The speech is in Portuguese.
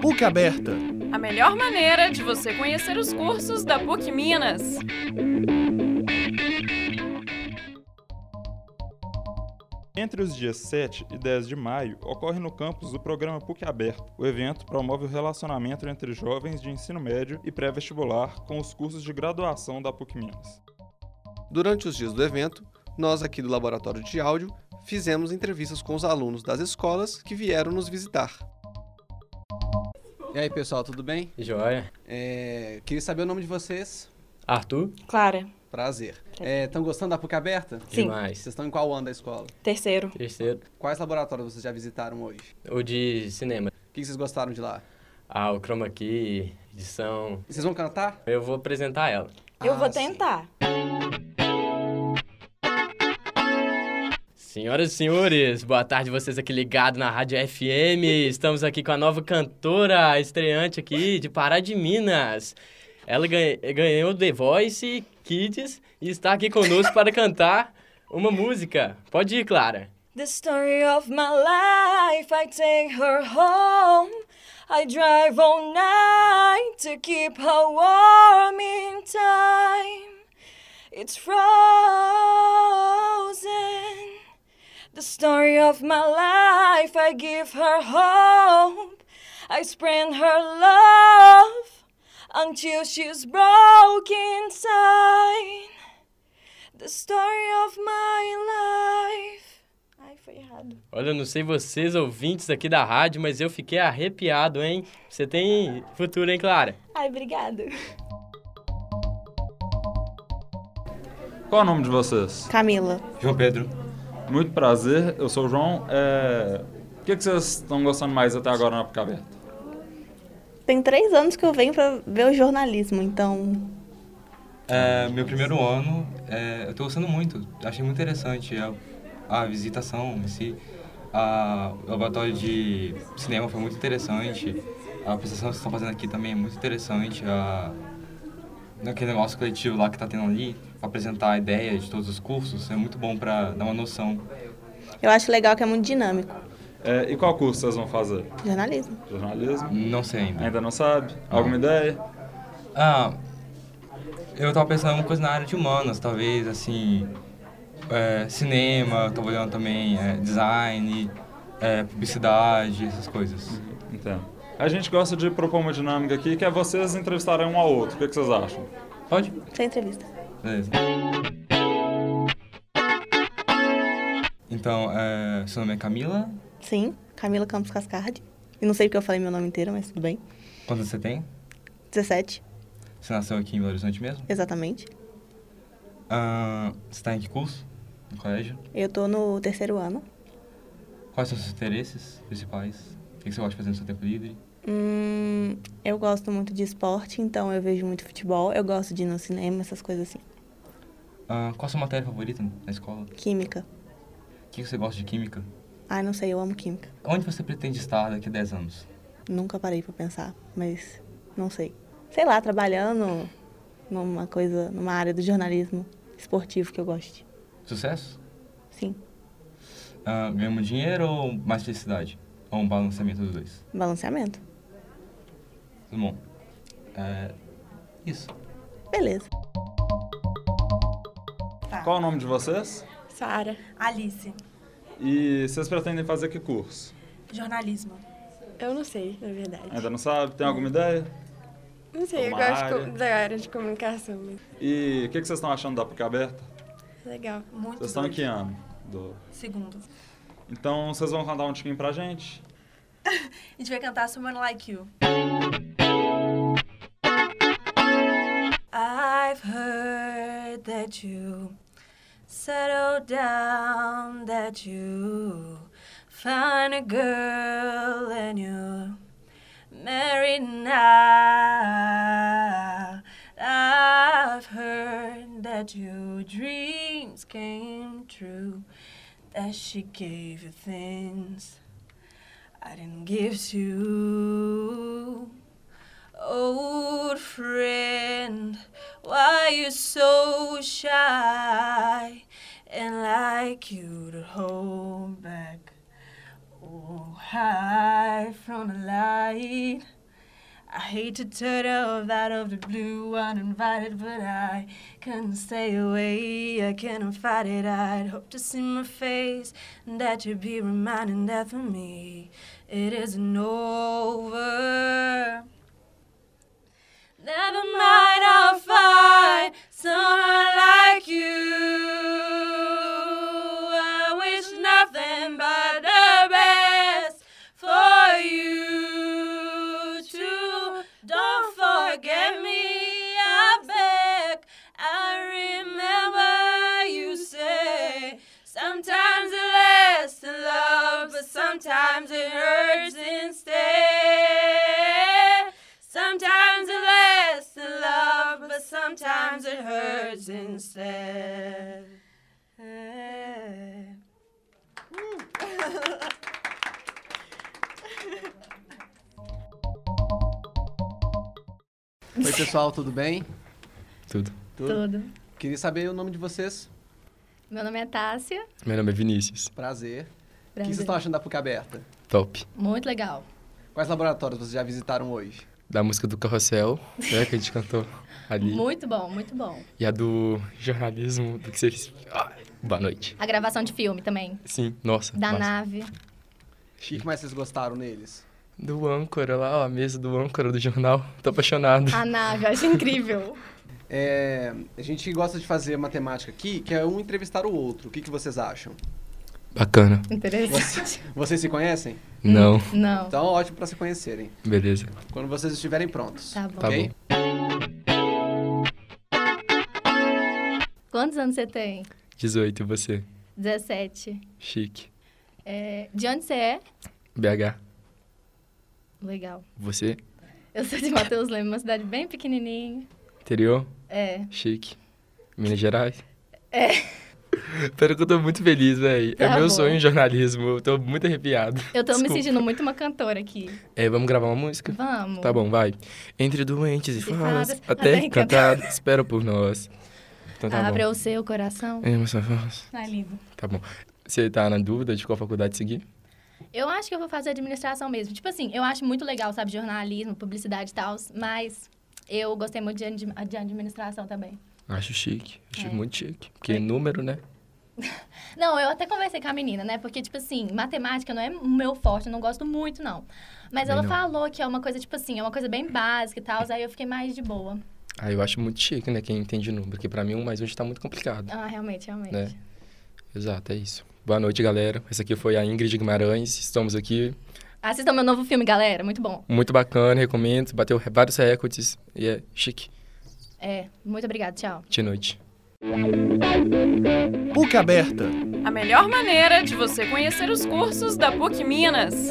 PUC Aberta. A melhor maneira de você conhecer os cursos da PUC Minas. Entre os dias 7 e 10 de maio, ocorre no campus o programa PUC Aberto. O evento promove o relacionamento entre jovens de ensino médio e pré-vestibular com os cursos de graduação da PUC Minas. Durante os dias do evento, nós aqui do Laboratório de Áudio fizemos entrevistas com os alunos das escolas que vieram nos visitar. E aí, pessoal, tudo bem? Joia. É, queria saber o nome de vocês. Arthur? Clara, Prazer. Estão gostando da PUC aberta? Sim. Demais. Vocês estão em qual ano da escola? terceiro. Terceiro. Quais laboratórios vocês já visitaram hoje? O de cinema. O que que vocês gostaram de lá? Ah, o Chroma Key, edição. E Vocês vão cantar? Eu vou apresentar ela. Eu Ah, vou sim. tentar. Senhoras e senhores, boa tarde vocês aqui ligado na Rádio FM. Estamos aqui com a nova cantora estreante aqui de Pará de Minas. Ela ganhe- ganhou The Voice Kids e está aqui conosco para cantar uma música. Pode ir, Clara. The story of my life, I take her home. I drive all night to keep her warm in time. It's frozen. The story of my life, I give her hope. I spread her love until she's broke inside. The story of my life. Ai, foi errado. Olha, eu não sei vocês ouvintes aqui da rádio, mas eu fiquei arrepiado, hein? Você tem futuro, hein, Clara? Ai, obrigado. Qual é o nome de vocês? Camila, João Pedro. Muito prazer, eu sou o João. É, O que, que vocês estão gostando mais até agora na PUC Aberta? tem três anos que eu venho pra ver o jornalismo, então É, meu primeiro ano, é, eu tô gostando muito. Achei muito interessante a, a visitação em si. A, o laboratório de cinema foi muito interessante. A apresentação que vocês estão fazendo aqui também é muito interessante. A, aquele negócio coletivo lá que tá tendo ali, apresentar a ideia de todos os cursos, é muito bom para dar uma noção. eu acho legal que é muito dinâmico. É, E qual curso vocês vão fazer? Jornalismo. Jornalismo? Não sei ainda. Ainda não sabe? Alguma ideia? Ah, eu tava pensando em alguma coisa na área de humanas, talvez, assim, é, cinema, eu tava olhando também é, design, é, publicidade, essas coisas. Entendo. Então, A gente gosta de propor uma dinâmica aqui que é vocês entrevistarem um ao outro. O que, que vocês acham? Pode? Sem entrevista. Beleza. Então, é, seu nome é Camila, Sim, Camila Campos Cascardi. E não sei porque eu falei meu nome inteiro, mas tudo bem. quantos você tem? 17, Você nasceu aqui em Belo Horizonte mesmo? exatamente. Ah, você tá em que curso? No colégio? Eu tô no terceiro ano. Quais são os seus interesses principais? O que que você gosta de fazer no seu tempo livre? Hum, eu gosto muito de esporte, então eu vejo muito futebol. Eu gosto de ir no cinema, essas coisas assim. Ah, qual a sua matéria favorita na escola? Química. O que você gosta de química? Ai, não sei, eu amo química. Onde você pretende estar daqui a 10 anos? Nunca parei pra pensar, mas não sei. Sei lá, trabalhando numa coisa, numa área do jornalismo esportivo que eu goste. Sucesso? Sim, Ah, ganhamos dinheiro ou mais felicidade? Ou um balanceamento dos dois? balanceamento. Tudo bom? É, isso. Beleza. Qual é o nome de vocês? Sara, Alice, E vocês pretendem fazer que curso? jornalismo. eu não sei, na verdade. Ainda não sabe? Tem alguma ideia? É, Não sei, eu Alguma gosto de co- área? da área de comunicação, mas E o que, que vocês estão achando da PUC Aberta? é legal. Muito Vocês estão em doido. que ano? Do- Segundo. Então vocês vão cantar um tiquinho pra gente? A gente vai cantar Someone Like You. I've heard that you settled down, that you found a girl and you married now. I've heard that your dreams came true, that she gave you things I didn't give you. Old friend, why you so shy and like you to hold back? Oh, high from the light. I hate to turn up out of the blue uninvited, but I couldn't stay away. I cannot fight it. I'd hope to see my face, and that you'd be reminding that for me, it isn't over. Never mind, I'll find someone like you. I wish nothing but the best for you too. Don't forget me, I beg. I remember you say sometimes it lasts in love, but sometimes it hurts instead. Sometimes it lasts in love, but sometimes it hurts instead. Oi, pessoal, tudo bem? Tudo. Tudo. Tudo. Queria saber o nome de vocês. Meu nome é Tássia. Meu nome é Vinícius. Prazer. O que Prazer. vocês tá- estão achando da PUC aberta? Top. Muito legal. Quais laboratórios vocês já visitaram hoje? Da música do Carrossel, né, que a gente cantou ali. Muito bom, muito bom. E a do jornalismo, do que você... Ah, boa noite. A gravação de filme também. Sim, nossa. Da massa. nave. E o que mais vocês gostaram neles? Do âncora lá, ó, a mesa do âncora do jornal. Tô apaixonado. A nave, eu acho incrível. É, a gente gosta de fazer matemática aqui, que é um entrevistar o outro. O que, que vocês acham? Bacana. Interessante. Vocês se conhecem? Hum. Não. Não. Então, ótimo para se conhecerem. Beleza. Quando vocês estiverem prontos. Tá bom. Tá ok? bom. Quantos anos você tem? 18, e você? 17. Chique. É, de onde você é? BH. Legal. Você? Eu sou de Matheus Leme, uma cidade bem pequenininha. Interior? É. Chique. Minas Gerais? É. Pera que eu tô muito feliz, velho. é Tá meu bom. sonho em jornalismo. Eu tô muito arrepiado. Eu tô Desculpa. me sentindo muito uma cantora aqui. É, vamos gravar uma música? Vamos. Tá bom, vai. Entre doentes e falas, fadas, até até encantados, espero por nós. Então tá Abra bom. o seu coração. É, mas só falas. Ai, lindo. Tá bom. Você tá na dúvida de qual faculdade seguir? Eu acho que eu vou fazer administração mesmo. Tipo assim, eu acho muito legal, sabe, jornalismo, publicidade e tal, mas eu gostei muito de, ad- de administração também. Acho chique. Acho É. muito chique. Porque É. número, né? Não, eu até conversei com a menina, né? Porque, tipo assim, matemática não é o meu forte, eu não gosto muito, não. Mas Também ela não. falou que é uma coisa, tipo assim, é uma coisa bem básica e tal, aí eu fiquei mais de boa. Ah, eu acho muito chique, né? Quem entende número. Porque pra mim, um mais um já tá muito complicado. Ah, realmente, realmente. Né? Exato, é isso. Boa noite, galera. Essa aqui foi a Ingrid Guimarães. Estamos aqui. Assistam meu novo filme, galera, muito bom. Muito bacana, recomendo. Bateu vários recordes. E é chique. É, muito obrigada, tchau. De noite. PUC Aberta. A melhor maneira de você conhecer os cursos da PUC Minas.